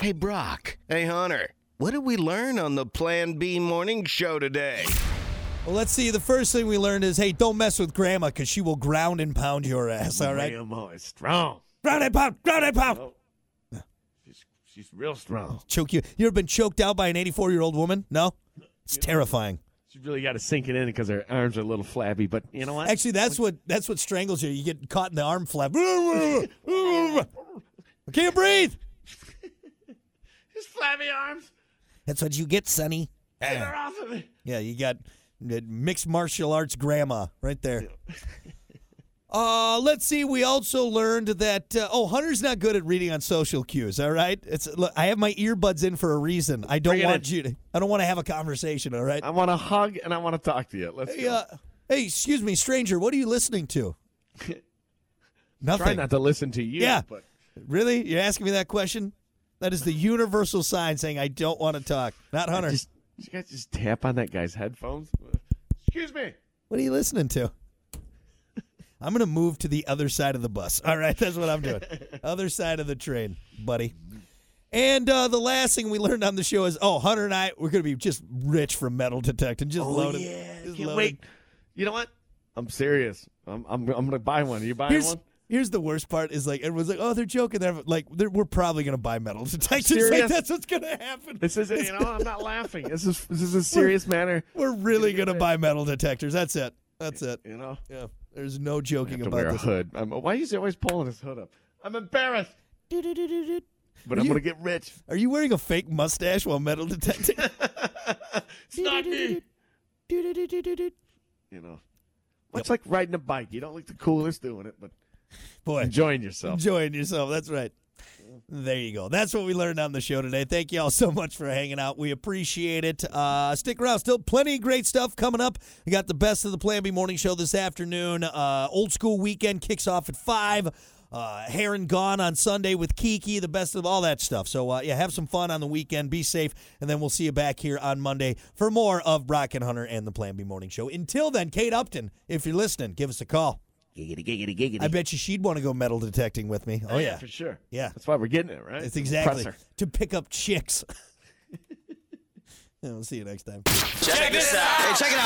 Hey, Brock. Hey, Hunter. What did we learn on the Plan B morning show today? Well, let's see. The first thing we learned is, hey, don't mess with grandma because she will ground and pound your ass. All right, Grandma is strong. ground and pound, ground and pound. She's she's real strong. Choke you. You ever been choked out by an 84 year old woman? No, it's terrifying. She really got to sink it in because her arms are a little flabby. But you know what? Actually, that's what that's what strangles you. You get caught in the arm flap. I can't breathe. His flabby arms. That's what you get, Sonny. Get her off of me. Yeah, you got uh, mixed martial arts grandma right there. Uh, let's see. We also learned that uh, oh, Hunter's not good at reading on social cues. All right, it's look, I have my earbuds in for a reason. I don't Bring it want in. you. To, I don't want to have a conversation. All right. I want to hug and I want to talk to you. Let's Hey, go. uh, hey, excuse me, stranger. What are you listening to? Nothing. Try not to listen to you. Yeah. But Really? You're asking me that question? That is the universal sign saying I don't want to talk. Not Hunter. just you guys just tap on that guy's headphones. Excuse me. What are you listening to? I'm going to move to the other side of the bus. All right, that's what I'm doing. other side of the train, buddy. And uh, the last thing we learned on the show is, oh, Hunter and I, we're going to be just rich from metal detecting. Just loaded. just Oh, Can't Oh, loaded. wait. You know what? I'm serious. I'm I'm I'm gonna buy one. Are you buying Here's, one? here's the worst part is like everyone's like, oh, they're joking. They're like, they're, we're probably going to buy metal detectors. Like, Serious? that's what's going to happen. This isn't. You know, I'm not laughing. This is this is a serious matter. We're really going to buy metal detectors. That's it. That's it. You know. Yeah, there's no joking to about wear a this. hood. I'm, why is he always pulling his hood up? I'm embarrassed. But I'm You- gonna get rich. Are you wearing a fake mustache while metal detecting? It's not me. You know, much like riding a bike. You don't look the coolest doing it, but Boy, enjoying yourself. enjoying yourself. That's right. There you go. That's what we learned on the show today. Thank you all so much for hanging out. We appreciate it. Uh, stick around. Still plenty of great stuff coming up. We got the best of the Plan B morning show this afternoon. Uh, old school weekend kicks off at 5. Uh, Hair and Gone on Sunday with Kiki, the best of all that stuff. So, uh, yeah, have some fun on the weekend. Be safe. And then we'll see you back here on Monday for more of Brock and Hunter and the Plan B morning show. Until then, Kate Upton, if you're listening, give us a call. Giggity, giggity, giggity. I bet you she'd want to go metal detecting with me. Oh, yeah. for sure. Yeah. that's why we're getting it right. It's exactly Impressor. to pick up chicks. Yeah, we'll see you next time. Check this out. Hey, check it out.